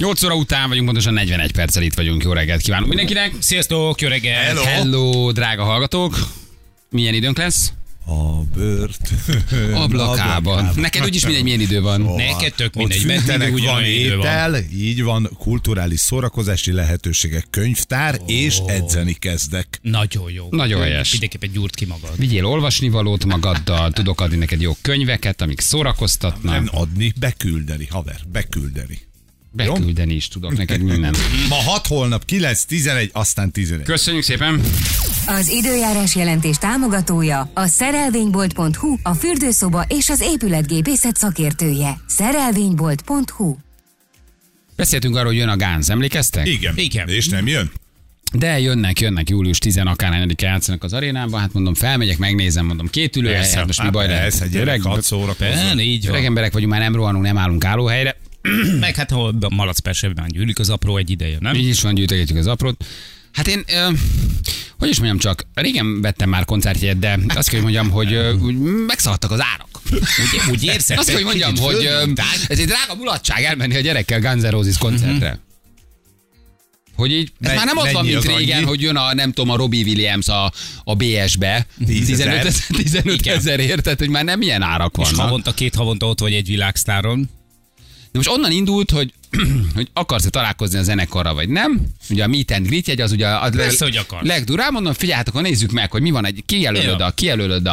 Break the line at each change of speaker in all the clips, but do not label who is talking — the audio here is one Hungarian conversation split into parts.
8 óra után vagyunk, pontosan 41 perccel itt vagyunk. Jó reggelt kívánunk mindenkinek.
Sziasztok, jó reggel!
Hello, Hello drága hallgatók. Milyen időnk lesz?
A bört.
Ablakában. Neked úgyis mindegy, milyen idő van.
Neked tök
Ott
mindegy, mert mindig
fűtenek, van
ugyanolyan idő van.
étel, így van, kulturális szórakozási lehetőségek, könyvtár, és edzeni kezdek.
Nagyon jó.
Nagyon helyes.
Mindenképpen gyúrt ki magad.
Vigyél olvasnivalót magaddal, tudok adni neked jó könyveket, amik szórakoztatnak.
Nem adni, beküldeni, haver, beküldeni.
Beküldeni is tudok neked mindent.
Ma 6, holnap 9, 11, aztán 11.
Köszönjük szépen!
Az időjárás jelentés támogatója a szerelvénybolt.hu, a fürdőszoba és az épületgépészet szakértője. Szerelvénybolt.hu
Beszéltünk arról, hogy jön a Gánz, emlékeztek?
Igen.
Igen.
És nem jön?
De jönnek, jönnek július 10 akárhányadik játszanak az arénában, hát mondom, felmegyek, megnézem, mondom, két ülő,
Persze,
hát most mi baj lehet?
Ez egy gyerek,
Öreg- Hát,
hat szórakozó.
Ben, így
öreg
van.
emberek vagyunk, már nem rohanunk, nem állunk állóhelyre.
Meg hát, ha a malac persebben gyűlik az apró egy ideje, nem?
Így is van, gyűjtögetjük az aprót. Hát én, ö, hogy is mondjam csak, régen vettem már koncertjegyet, de azt kell, hogy mondjam, hogy ö, úgy megszaladtak az árak.
Úgy, úgy érzed?
Azt kell, hogy mondjam,
Kicsit
hogy ö,
fölnyomták?
ez egy drága mulatság elmenni a gyerekkel Guns N' Roses koncertre. Hogy így, Mhm. ez
Me-
már nem az van,
mennyi
mint
az annyi?
régen, hogy jön a, nem tudom, a Robbie Williams a, a BS-be 15 ezer- 15
Igen.
ezerért, tehát hogy már nem ilyen árak
És
vannak.
havonta, két havonta ott vagy egy világsztáron.
De most onnan indult, hogy hogy akarsz-e találkozni a zenekarra, vagy nem. Ugye a meet and greet jegy az ugye a
Persze, hogy akarsz.
legdurább, mondom, figyelj, hát akkor nézzük meg, hogy mi van, egy, kijelölöd
Igen.
a, kijelölöd a,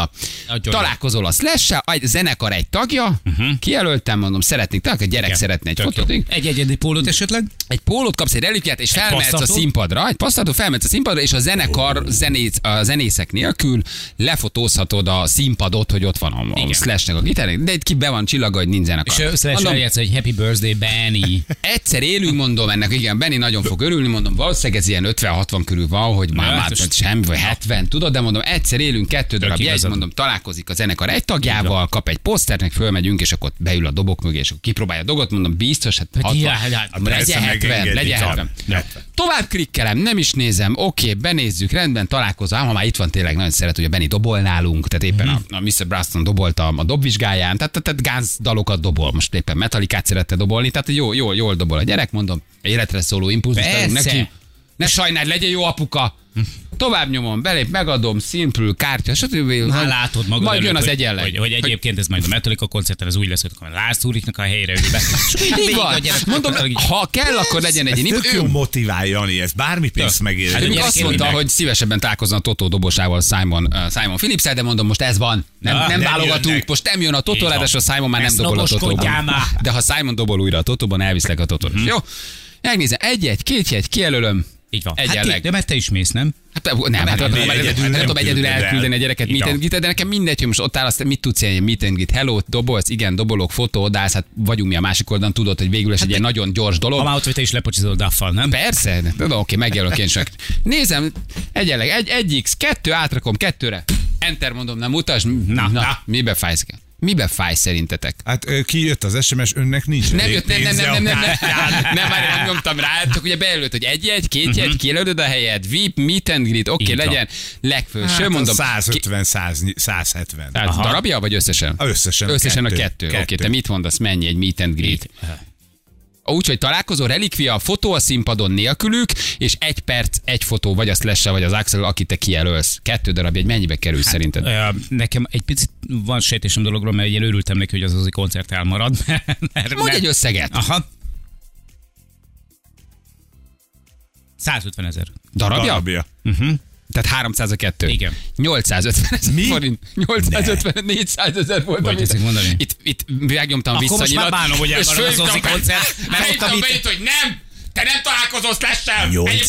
Nagyon jó. Mhm.
találkozol a slash egy zenekar egy tagja, uh-huh. kijelöltem, mondom, szeretnék, tehát egy gyerek
Igen,
szeretne egy
tök
fotót, Mm.
jó. Egy egyedi pólót esetleg?
egy pólót kapsz, egy relikját, és felmehetsz a
passzatot?
színpadra, egy passzától felmehetsz a színpadra, és a zenekar zenész, a zenészek nélkül lefotózhatod a színpadot, hogy ott van a, a
Igen.
slashnek a gitár, de itt ki be van csillaga, hogy nincs zenekar.
És összesen
Mondom,
eljátsz egy Happy Birthday Benny.
Egyszer élünk, mondom ennek, igen, Benni nagyon fog örülni, mondom, valószínűleg ez ilyen 50-60 körül van, hogy már
Hát,
már
most-
most semmi, vagy 70, tudod, de mondom, egyszer élünk, kettő darab jegy,
igazad.
mondom, találkozik a zenekar egy tagjával, kap egy posztert, meg fölmegyünk, és akkor ott beül a dobok mögé, és akkor kipróbálja a dogot, mondom, biztos, hát 60,
ja, hát,
legyen
persze,
70,
megengedik,
legyen
ha-
70.
ne.
Tovább klikkelem, nem is nézem, oké, benézzük, rendben, találkozom, ám, ha már itt van tényleg, nagyon szeret, hogy a Benny dobol nálunk, tehát éppen
Mhm.
a, a Mr. Braston dobolta a dobvizsgáján, tehát, tehát, tehát Gánz dalokat dobol, most éppen metalikát szerette dobolni, tehát jól, jól, jól dobol a gyerek, mondom, egy életre szóló impulzus adunk
Persze.
neki. Ne sajnáld, legyen jó apuka! Tovább nyomom, belép, megadom, szimplül, kártya, stb.
Már látod magad
Majd jön
előtt,
az
hogy-
egyenleg.
Hogy, hogy, egyébként ez majd a Metallica koncerten ez úgy lesz, hogy akkor Lars Ulrichnak a helyére ül be. És akkor
Így
végig
van.
a gyerek-
Mondom, ha kell, akkor legyen egy
Ez
ilyen
tök jó
ő-
motivál, Jani, ez bármi pénzt megér.
Hát,
Hát
ugye-
ő azt
gyerekek
mondta,
ülnek.
hogy szívesebben találkozna a Totó dobosával Simon, uh, Simon phillips de mondom, most ez van. Nem,
Na,
nem,
Ah, nem
válogatunk,
jönnek.
most nem jön a
Így
Totó,
van.
ráadásul Simon már nem
Ne
dobol a
sznoposkodjál
Totóban.
már. Mhm.
De ha Simon dobol újra a Totóban, elviszlek a Totót. Jó? Megnézem, egy-egy, két-jegy, kijelölöm.
Így van.
Egy
Hát,
jelleg.
de mert te is mész, nem?
Hát nem, hát, hát,
mi
hát, hát,
egyedül
hát nem
nem
tudom egyedül
küldöd el.
elküldeni a gyereket
Így
meet
van.
and greet, de nekem mindegy, hogy most ott állsz, te mit tudsz ilyen meet and greet, hello, dobolsz, igen, dobolok, fotóodálsz, hát vagyunk mi a másik oldalon, tudod, hogy végül is egy ilyen nagyon gyors
Hát Ha
dolog.
már ott vagy, te is lepocsizod daffal, nem?
Persze, de oké, okay, megjelölök én csak. Nézem, egyenleg, egy, egy X, kettő, átrakom kettőre. Enter mondom, nem utasd. Na, na, na.
na.
mibe fájsz? Mibe fáj szerintetek?
Hát ö, ki jött az SMS, önnek nincs
Nem
elég
jött, nem, nem,
pénze
nem, nem, nem,
a
nem,
kártyán.
nem, már nem nyomtam rá, csak ugye bejelölt, hogy egy-egy, két-jegy, uh-huh. kijelölöd a helyet, VIP, meet and greet, oké,
Így
okay,
van.
legyen, legfőső, hát, mondom. ki-
150, 100, 170.
tehát darabja, vagy összesen?
Összesen a
Összesen a
kettő.
kettő. Oké, okay,
Kettő.
te mit mondasz, mennyi egy meet and greet? Úgyhogy találkozó, relikvia, a fotó a színpadon nélkülük, és egy perc, egy fotó, vagy a slash vagy az axel akit te kijelölsz. Kettő darab, egy mennyibe kerül hát, szerinted?
Ö, Nekem egy picit van sejtésem dologról, mert én örültem neki, hogy az az koncert elmarad. Mert,
Mondj
mert-
egy összeget.
Aha. 150 ezer.
Darabja? Darab.
Darabja.
Tehát 300 a kettő.
Igen.
850 ezer
Mi?
forint. 850, 400 ezer volt.
Vagy
amit-
ezt mondani?
Itt, itt megnyomtam a
Akkor most
visszanyilat.
már bánom, hogy
és
elmarad az
fölhívtam
Ozzy
be-
koncert, mert ott
Felhívtam
a mit-
Benit, hogy nem! Te nem találkozol slash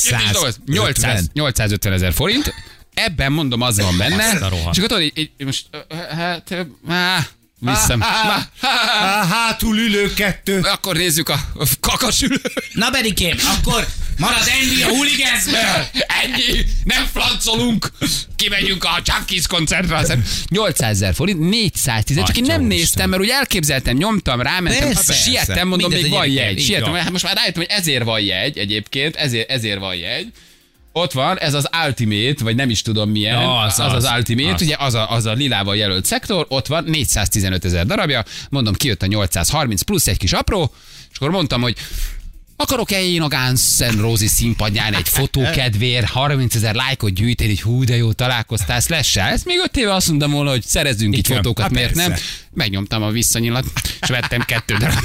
850.
800, 850 ezer forint. Ebben mondom, az van benne.
Azt a rohadt.
És akkor tudod, így, így most... ö, Hát... ö, á, Vissza. Má, há,
Á, Hátul ülő kettő.
Akkor nézzük a kakasülő.
Na Berikém, akkor marad Andy a huligázből!
Ennyi, nem flancolunk, kimegyünk a Junkies koncertre. aztán 800 ezer forint, 410, csak én nem
Atya
néztem,
Úristen.
mert úgy elképzeltem, nyomtam, rámentem, hát
Persze, persze.
siettem, mondom,
Mindez
még
egy
van
gyerekkel,
jegy.
így
Siettem,
van.
hát most már rájöttem, hogy ezért van jegy egyébként, ezért, ezért van jegy. Ott van, ez az Ultimate, vagy nem is tudom milyen,
Ja,
az
az,
az, az
az,
Ultimate,
az.
ugye az a, az a lilával jelölt szektor, ott van 415 ezer darabja, mondom, kijött a 830 plusz egy kis apró, és akkor mondtam, hogy Akarok-e én a Guns N' Roses színpadján egy fotókedvér 30 ezer lájkot gyűjteni, hogy hú, de jó, találkoztál slash Ezt még öt éve azt mondtam volna, hogy szerezzünk itt
van.
fotókat,
Hát
miért nem?
persze.
Megnyomtam a visszanyilat, és vettem kettő darab.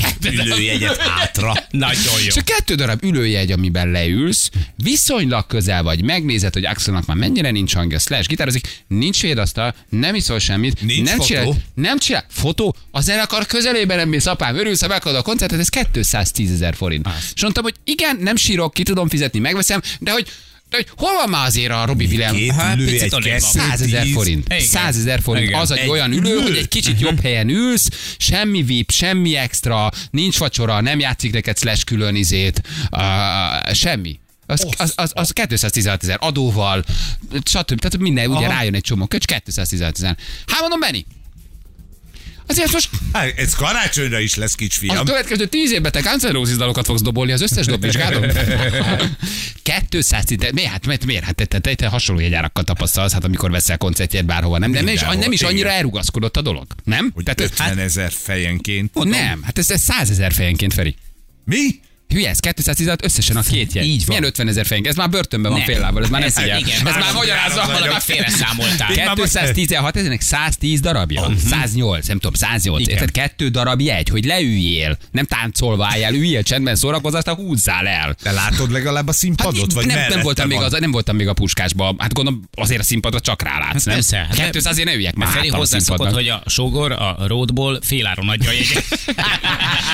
kettő darab-
Ülőjegyet hátra.
Nagyon
és
jó.
a kettő darab ülőjegy, amiben leülsz, viszonylag közel vagy, megnézed, hogy Axelnak már mennyire nincs hangja, slash gitározik, nincs védasztal, nem iszol semmit,
Nincs
nem
fotó.
csinál, nem csinál, fotó, a zenekar közelében nem mész, apám, örülsz, ha meghalod a koncertet, ez 210 ezer forint. És mondtam, hogy igen, nem sírok, ki tudom fizetni, megveszem, de hogy, de hogy hol van már azért a Robi Vilem?
Két
Hát,
ülő,
picit
egy
odébb van.
kettő,
100 ezer
tíz.
forint.
Igen.
100 ezer forint.
Igen.
Az egy,
Egy
olyan ülő,
ülő.
hogy egy kicsit
Mhm.
jobb helyen ülsz, semmi vip, semmi extra, nincs vacsora, nem játszik neked slash külön izét, uh, semmi. Az, az, az, az 216 ezer adóval, stb. Tehát minden, ugye rájön egy csomó köcs, 216 ezer. Hát mondom, Benni, azért most
Hát, ez karácsonyra is lesz
a
kicsfiam.
következő tíz évben te Guns N' Roses dalokat fogsz dobolni az összes dobvizsgádon? 200 de mi, hát, mert miért? Hát te, te, te, te hasonló jegyárakkal tapasztalsz, hát amikor veszel koncertjét bárhova, nem? De nem, is,
Mindenhol,
nem is annyira
igen.
elrugaszkodott a dolog, nem?
Hogy
Tehát, hát, ez-
50 ezer fejenként.
hát, nem, hát ez, ez 100 ezer fejenként, Feri.
Mi?
Hülye, ez 216 összesen a két jegy.
Így van.
Milyen 50 ezer fejenként? Ez már börtönben van
Nem.
fél lábbal, ez már nem
Ez-
figyel.
igen,
ez már
várom,
magyarázza,
várom,
már
nagyon félre számoltál.
216 ezernek 110 darabja. 108, nem tudom, 108.
Igen.
Érted? Kettő darab jegy, hogy leüljél. Nem táncolva álljál, üljél csendben, szórakozz, aztán húzzál el.
Te látod legalább a színpadot?
Hát
vagy
nem, nem,
mellette
voltam még
van?
az, nem voltam még a puskásba. Hát gondolom azért a színpadra csak rálátsz, nem?
persze, hát nem.
200 azért ne üljek már
Mert Feri
háttal a
hozzászokott,
színpadban.
hogy a sógor a roadból féláron adja a jegyet.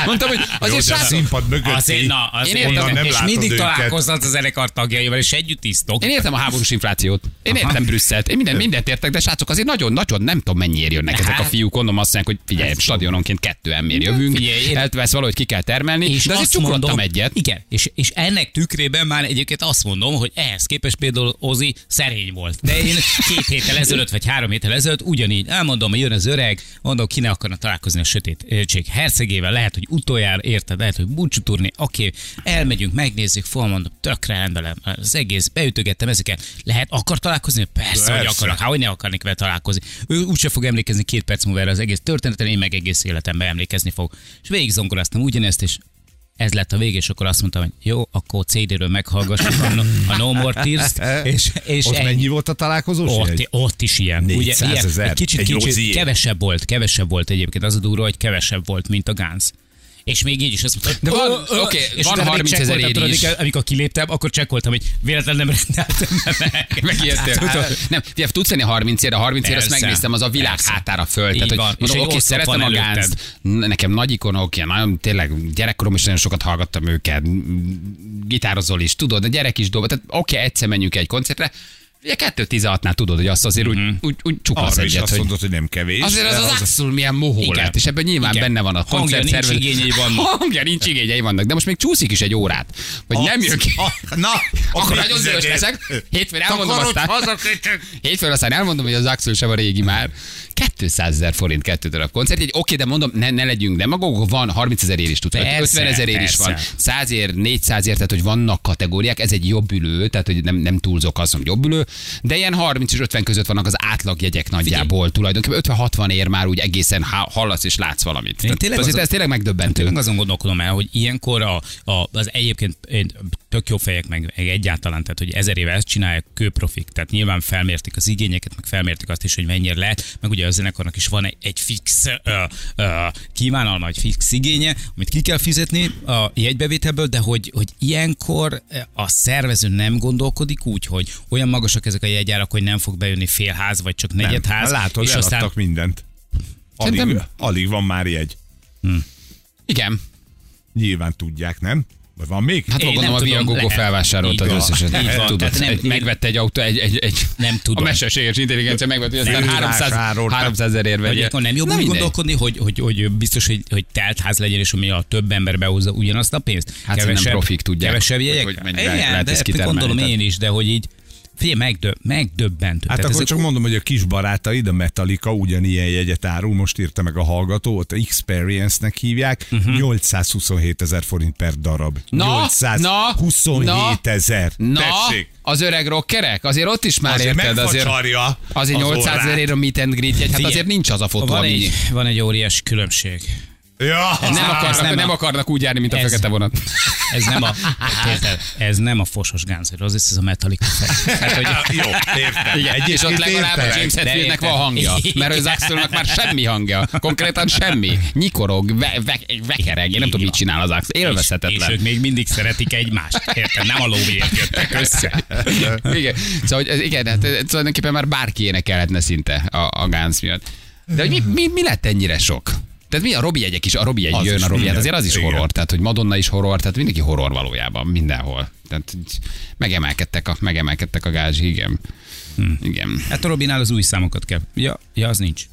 Mondtam, hogy azért
de a
srácok,
színpad mögötti.
Azért, na,
Én
azért,
értem, nem
és
látod
mindig
őket.
találkoznak a zenekar tagjaival, és együtt isztok.
Én értem a háborús inflációt. Én értem Brüsszelt. Én minden, mindent értek, de srácok, azért nagyon-nagyon nem tudom, mennyiért jönnek ezek a
Hát.
fiúk. Gondolom azt mondják, hogy figyelj, stadiononként kettő emmér jövünk.
Figyelj, én-
Eltvesz valahogy ki kell termelni.
és
de azért
azt
csukrottam
mondom,
egyet.
Igen, és, és ennek tükrében már egyébként azt mondom, hogy ehhez képest például Ozi szerény volt. De én két héttel ezelőtt, vagy három héttel ezelőtt ugyanígy elmondom, hogy jön az öreg, mondom, ki ne akarna találkozni a sötétség hercegével, lehet, hogy utoljára érted, lehet, hogy búcsúturni, oké, elmegyünk, megnézzük, fol mondom, tökre rendelem az egész, beütögettem ezeket. Lehet, akar találkozni? Persze, Persze. hogy
Persze.
akarok, hát hogy ne akarnék vele találkozni. Ő úgyse fog emlékezni két perc múlva erre az egész történeten, én meg egész életemben emlékezni fog. És végig zongoráztam ugyanezt, és ez lett a vége, és akkor azt mondtam, hogy jó, akkor CD-ről meghallgassuk a, no, a No More Tears-t, és, és
Ott
ennyi.
mennyi volt a találkozós?
Ott,
jegy?
ott is ilyen.
400
ilyen,
ezer?
egy kicsit,
Egy
kicsit
rozié?
kevesebb volt, kevesebb volt egyébként. Az a durva, hogy kevesebb volt, mint a Guns. És még így is azt mondtam,
De van-
"Ö, ö",
oké,
és
van
utána még
30 ezer
csekkoltam,
éri
tudod,
is.
amikor- Amikor kiléptem, akkor csekkoltam, hogy véletlenül nem rendeltem meg.
Megijedtél.
Hát, tudod,
Nem, figyelj, tudsz lenni 30 ére, 30 ére azt
Persze,
megnéztem, az a világ
persze.
hátára föl.
Így
Tehát, hogy
van, és
mondom,
egy
oké,
oszlop
szeretem a
van
gánzt, nekem nagy ikonok, ilyen nagyon tényleg gyerekkorom is nagyon sokat hallgattam őket, m- gitározol is, tudod, a gyerek is dob, tehát oké, egyszer menjünk egy koncertre, Ugye 2.16-nál tudod, hogy azt azért
Mhm.
úgy, úgy, úgy csuklasz
Arra is
egyet,
azt
hogy
mondod, hogy nem kevés.
Azért az
de
az Axel milyen mohó
Igen.
lett, és ebben nyilván
Igen.
benne van a
Hangja nincs,
koncertszervezet.
igényei vannak.
Hangja nincs igényei vannak, de most még csúszik is egy órát, vagy nem jön ki.
Ah, Na,
Akkor
mit
nagyon dühös
üzenél?
leszek. Hétfőn elmondom
Takarodj
aztán.
haza, köcsög!
Hétfőn aztán elmondom, hogy az Axel sem a régi már. 200 ezer forint kettő darab koncert. Egy, oké, de mondom, ne, ne legyünk demagógok, van 30 ezer ér is tudsz,
Persze,
50 ezer ér is van,
persze.
100 ér, 400 ér, tehát hogy vannak kategóriák, ez egy jobb ülő, tehát hogy nem, nem túlzok, azt mondom, jobb ülő, de ilyen 30 és 50 között vannak az átlagjegyek nagyjából tulajdonképpen. 50-60 ér már úgy egészen há- hallasz és látsz valamit. Tehát
tényleg
azért
az-
ez tényleg megdöbbentő.
Tényleg azon gondolkodom el, hogy ilyenkor a, a, az egyébként én, tök jó fejek, meg egyáltalán, tehát hogy ezer éve ezt csinálják kőprofik, tehát nyilván felmérték az igényeket, meg felmérték azt is, hogy mennyire lehet, meg ugye a zenekarnak is van egy, egy fix ö, ö, kívánalma, egy fix igénye, amit ki kell fizetni a jegybevételből, de hogy, hogy ilyenkor a szervező nem gondolkodik úgy, hogy olyan magasak ezek a jegyárak, hogy nem fog bejönni fél ház, vagy csak negyed
Nem.
ház,
Látod,
és
eladtak
aztán
mindent. Alig,
Szerintem-
alig van már jegy.
Igen.
Nyilván tudják, nem? Vagy van még?
Hát
Én
gondolom
nem
a
tudom,
Viagogo
lehet.
felvásárolta az
Így van.
összeset.
Így van.
Tudod,
Tehát nem-
egy, megvette egy autó, egy, egy, egy
Nem tudom.
A mesterséges intelligencia megvette, hogy aztán
Nem.
300,
Vásárolta.
300 ezer ér
Vagy
vegye.
akkor nem jobb
Na
úgy
mindegy.
gondolkodni, hogy, hogy, hogy biztos, hogy, hogy telt ház legyen, és ami a több ember behozza ugyanazt a pénzt?
Hát szerintem profik tudják,
Kevesebb
hogy-
jegyek?
hogy mennyire lehet
Igen,
ezt
de ezt
kitermelni,
gondolom
tehát-
én is, de hogy így, figyelj, megdö, megdöbbentő.
Hát
Tehát
akkor
ezek-
csak mondom, hogy a kis barátaid, a Metallica ugyanilyen jegyet árul, most írta meg a hallgató, ott Experience-nek hívják, uh-huh. 827 ezer forint per darab.
Na,
827 ezer.
Na,
Tessék,
az öreg rockerek? Azért ott is már
azért
érted, azért,
megfacsarja
azért
az
800
órát.
ezer ér a meet and greet jegy, hát
Figyelj,
azért nincs az a fotó,
van
ami...
egy, van egy óriás különbség
Ja,
Nem akarnak,
nem
nem,
a-
akarnak úgy járni, mint a
ez-
fekete vonat.
Ez nem a, érted? ez nem a fosos Guns N' Roses, ez a Metallica fej. Hát, hogy
jó, értem.
Igen, és ott
Egyébként
legalább a
értelek.
James
De
Hetfieldnek
értem.
van hangja, mert az
Igen.
Axelnak már semmi hangja, konkrétan semmi. Nyikorog, ve, ve, vekereg, én nem tudom, mit csinál az Axel,
és, és
élvezhetetlen.
ők még mindig szeretik egymást. Érted? Nem a lóvéért jöttek össze.
Igen, szóval hogy ez- igen, hát ez tulajdonképpen már bárki énekelhetne szinte a, a Guns miatt. De hogy mi, mi, mi lett ennyire sok? Tehát mi a Robi jegyek is, a Robi jegy
Az
jön
is
a Robi, hát
minden.
azért az is
Igen.
horror, tehát hogy Madonna is horror, tehát mindenki horror valójában, mindenhol. Tehát így megemelkedtek a, megemelkedtek a gázsi, igen. Igen.
Hát a Robinál az új számokat kell. Ja, ja az nincs.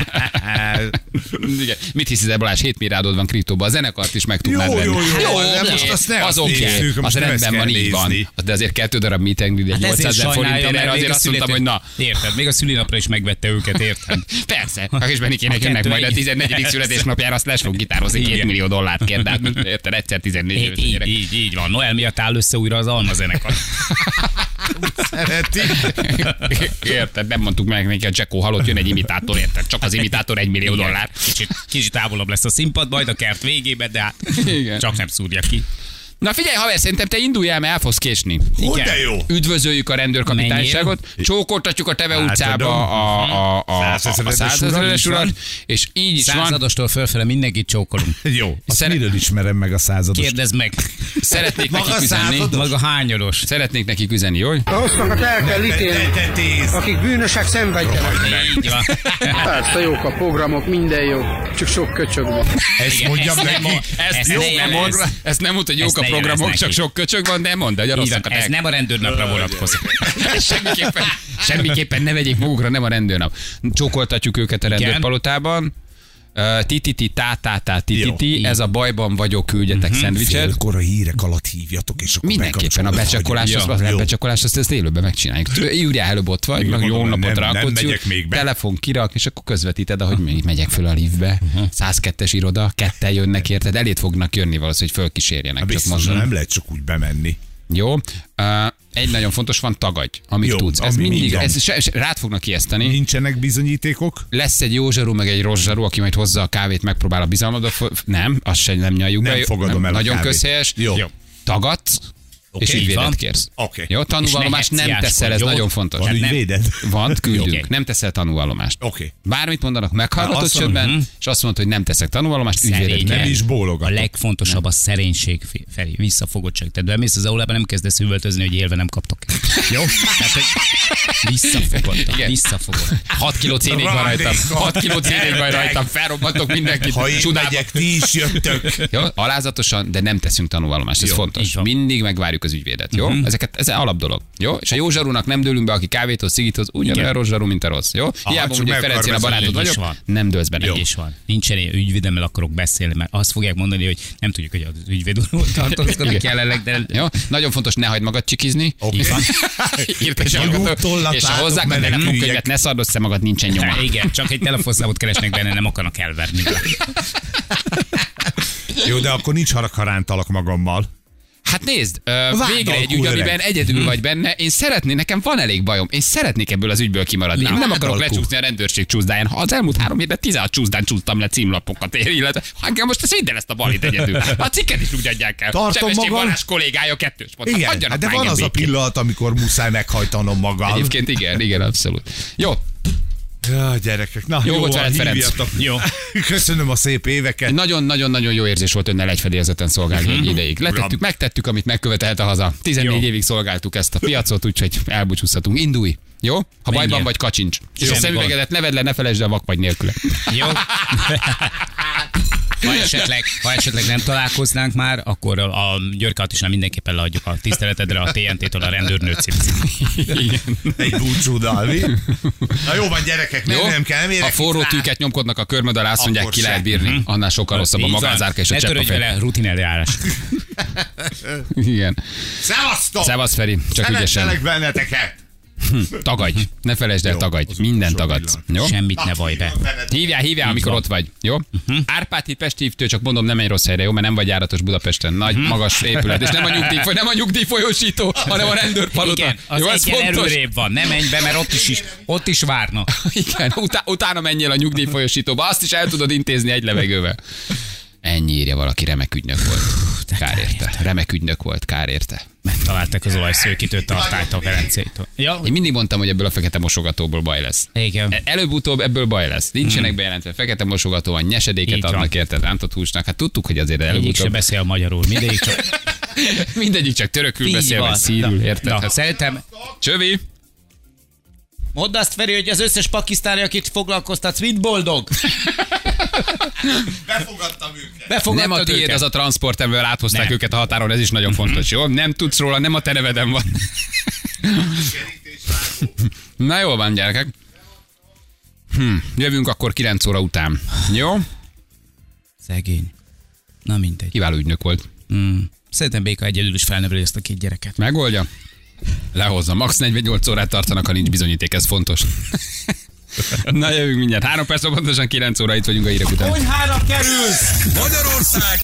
Igen. Mit hiszi, de Balázs, 7 milliárdod van kriptóban, a zenekart is meg tudnád
Jó,
venni.
jó, jó,
jó,
de
oké,
most azt ne
az
azt
oké,
nézzük,
az
most nem
rendben
ezt
van,
kell
így van.
nézni.
De azért kettő darab meet and
Hát
greet, egy 800 ezer forintért, azért azt mondtam, hogy na,
Érted, még a szülinapra is megvette őket, érted?
Persze, ha is Benikének
A
jönnek
kettő
majd a
egy.
14. születésnapjára, azt lesz fog gitározni, 2
Igen.
millió dollárt kér, de hát érted, egyszer 14
Így,
éves a
így,
gyerek.
így, így van. Noel miatt áll össze újra az Alma zenekar.
Szereti.
Érted, nem mondtuk meg neki, a Jacko halott, jön egy imitátor, érted, csak az imitátor 1 millió
Igen.
dollár.
Kicsit, kicsit távolabb lesz a színpad, majd a kert végébe, de hát
Igen.
csak nem szúrja ki.
Na figyelj, haver, szerintem te induljál, mert el fogsz késni.
Hogy de jó.
Üdvözöljük a rendőrkapitányságot, csókoltatjuk a Teve utcába a, a, a, a, a
Százezeredes
százezeres
urat,
urat,
így
és így is van.
Századostól fölfele mindenkit csókolunk.
Jó. Azt
Szere-
miről ismerem meg a százados?
Kérdezd meg.
Szeretnék nekik
Maga
üzenni.
százados?
Maga hányados?
Szeretnék nekik üzenni, jó?
Azokat hát el kell ítélni,
Tetetéz.
akik bűnösek szenvedjenek.
Így van.
Persze jók a programok, minden jó, csak sok köcsög van.
Ezt mondjam
ezt
neki.
nem a-
Ezt,
Ezt
jó,
ne
nem
jelez.
mond, ezt nem mondta, hogy jók
Ezt
a
ne jelez
programok, csak
neki.
sok köcsög van, de mondd, hogy a
Így van.
rosszakat
Ez nem a rendőrnapra vonatkozik.
semmiképpen, semmiképpen ne vegyék magukra, nem a rendőrnap. Csókoltatjuk őket a rendőrpalotában. Ö, Tititi, tá, tá, tá, tititi,
Jó. Mhm.
ez a bajban vagyok, küldjetek szendvicset.
Félkor a hírek alatt hívjatok, és akkor
Mindenképpen a becsakolás, azt, a becsakolás, azt, ezt élőben megcsináljuk. Júriá, előbb ott vagy,
Igen,
nagyon jó
mondom,
napot
nem- nem
rakodsz,
megyek még be.
telefon kirak, és akkor közvetíted, ahogy még megyek föl a liftbe, 102-es iroda, ketten jönnek, érted, elét fognak jönni valószínűleg, hogy fölkísérjenek. Csak
Biztos,
mondom.
nem lehet csak úgy bemenni.
Jó. Ö, Egy nagyon fontos van, tagadj, amit
Jó,
tudsz. Ez
ami
mindig,
minden.
ez se, se, rád fognak ijeszteni.
Nincsenek bizonyítékok?
Lesz egy jó zsaru, meg egy rossz zsaru, aki majd hozza a kávét, megpróbál a bizalmad, nem, azt se nem nyaljuk
Nem
be.
fogadom el a
Nagyon
kávét.
közhelyes.
Jó.
Tagadsz,
Oké,
és
így
ügyvédet
van.
kérsz.
Oké.
Jó, tanúvallomást
ne
nem teszel,
játszkodj,
ez
jó?
nagyon fontos.
Van
nem.
ügyvéded?
Hát Van, küldünk.
Oké.
Nem teszel tanúvallomást.
Oké.
Bármit mondanak, meghallgatod
Azt mondom, mhm.
csöbben, és azt mondod, hogy nem teszek tanúvallomást, ügyvédet
Szerényen.
kell.
Nem is
A
bólogatok.
legfontosabb a szerénység felé, visszafogottság. Tehát bemész az aulába, nem kezdesz üvöltözni, hogy élve nem kaptok. Jó? Tehát, hogy visszafogott.
Igen.
Visszafogott.
6 kiló cénék van rajtam, 6 kiló cénék van rajtam, felrobbantok mindenkit.
Ha én
csudába.
megyek, ti is jöttök.
Jó, alázatosan, de nem teszünk tanulvallomást, ez
Jó,
fontos.
így van. Mhm.
Mindig megvárjuk az ügyvédet, jó? Uh-huh. Ezeket, ez alap dolog, jó? És a jó zsarúnak nem dőlünk be, aki kávét hoz, cigit hoz, ugyanolyan
Igen.
rossz zsarú, mint a rossz, jó? Hiába mondjuk,
csak
hogy
meg akar
Ferencén a
vezetni,
barátod
így is
vagyok,
van.
nem dőlsz be
Jó.
neki.
is van. Nincsen ilyen ügyvédemmel akarok beszélni, mert azt fogják mondani, hogy nem tudjuk, hogy az ügyvéd úr hol tartózkodik
Igen.
jelenleg, de
Jó? Nagyon fontos, ne hagyd magad csikizni.
Oké.
Így van. Írta is
Egy
hallgató.
lúgtollat
És ha
látok,
hozzák a
mert
telefonkönyvet,
hülyek.
ne szard össze magad, nincsen nyoma.
Igen, csak egy telefonszámot keresnek benne, nem akarnak elverni.
Jó, de akkor nincs harag, ha rántalak magammal.
Hát nézd, ö,
Vándor Mhm.
végre egy ügy,
kurerek.
amiben egyedül vagy benne. Én szeretné, nekem van elég bajom. Én szeretnék ebből az ügyből kimaradni. Én nem akarok
Vándor
lecsúszni a rendőrség csúszdáján. Ha az elmúlt három hétben 16 csúszdán csúsztam le címlapokat, ér, illetve ha engem most ez minden ezt a balit egyedül. A cikket is úgy adják el.
Tartom
Sebestyén
magam.
Balázs kollégája kettős pont. Hát
Igen,
adjanak
hát de
már
van
engem
az a
békén.
pillanat, amikor muszáj meghajtanom magam.
Egyébként igen, igen, abszolút. Jó,
Ja, gyerekek, na,
Jó volt veled, Ferenc.
hívjatok.
Jó.
Köszönöm a szép éveket.
nagyon-nagyon-nagyon jó érzés volt önnel egy fedélzeten szolgálni egy ideig. Letettük,
Mhm. Uram.
megtettük, amit megkövetelhet a haza. 14
Jó.
évig szolgáltuk ezt a piacot, úgyhogy elbúcsúzhatunk. Indulj! Jó? Ha bajban
Menjél.
vagy, kacsincs. És a
Semmi
szemüvegedet ne vedd le, ne felejtsd el, vak vagy nélküle.
Jó? Ha esetleg, ha esetleg nem találkoznánk már, akkor a Györkálat is nem mindenképpen leadjuk a tiszteletedre a TNT-től a rendőrnő címzét.
Igen.
Egy búcsúdal, mi? Na jó van, gyerekek, nem,
Jó?
nem kell, nem
ha
érek.
forró tűket nyomkodnak a körmöd alá, azt mondják,
Akkor
ki
se. Mhm.
lehet bírni. Annál sokkal
szóval
rosszabb a magánzárka és a
Ne
csepp a
törődj
fej.
vele, rutin eljárás.
Igen.
Szevasztok!
Szevasz Feri, csak ügyesen.
Szeretlek benneteket!
Tagadj. Ne felejtsd el,
Jó,
tagadj.
az
Minden
utolsó
tagadsz. Jó?
pillanat.
Semmit ne vaj be.
Hívjál, hívjál, amikor
van. Mhm.
ott vagy. Jó? Árpád híd Pesti hívtő, csak mondom, nem egy rossz helyre, jó? Mert nem vagy járatos Budapesten. Nagy,
Mhm.
magas épület. És nem a nyugdíj, nem a nyugdíj folyósító, hanem a rendőrpalota.
Igen, az
jó, ez
egyen
fontos.
erőrébb van, ne menj be, mert ott is, is ott is várna.
Igen, utá- utána menjél a nyugdíjfolyosítóba, azt is el tudod intézni egy levegővel. Ennyi írja valaki, remek ügynök volt. Kár érte. Remek ügynök volt, kár érte.
Megtalálták az olajszőkítő tartályt a Ferencétől. Ja,
Én mindig mondtam, hogy ebből a fekete mosogatóból baj lesz.
igen.
E- Előbb-utóbb ebből baj lesz. Nincsenek bejelentve fekete mosogató, van nyesedéket
Mhm. Így van.
adnak érte rántott húsnak. Hát tudtuk, hogy azért
Egyik se
előbb-utóbb
beszél magyarul, mindegyik csak
mindegyik csak törökül
Így
beszél,
van.
vagy szírül,
Na,
érted?
na,
Hát-
Szerintem
Csövi!
mondd azt, Feri, hogy az összes pakisztáni, akit foglalkoztatsz, mind boldog.
Befogadtam őket.
Befogadtad
nem a tiéd
őket. Mhm.
az a transport, ebből áthozták
Nem.
őket a határon, ez is nagyon fontos, jó? Nem tudsz róla, nem a te neveden van. Na jól van, gyerekek. Hm, jövünk akkor 9 óra után. Jó?
Szegény. Na mindegy.
Kiváló ügynök volt.
Mm. Szerintem Béka egyedül is felneveli ezt a két gyereket.
Megoldja? Lehozza. Max 48 órát tartanak, ha nincs bizonyíték, ez fontos. Na jövünk mindjárt. Három perc, múlva pontosan 9 óra itt vagyunk a hírek után.
Konyhára kerülsz!
Magyarország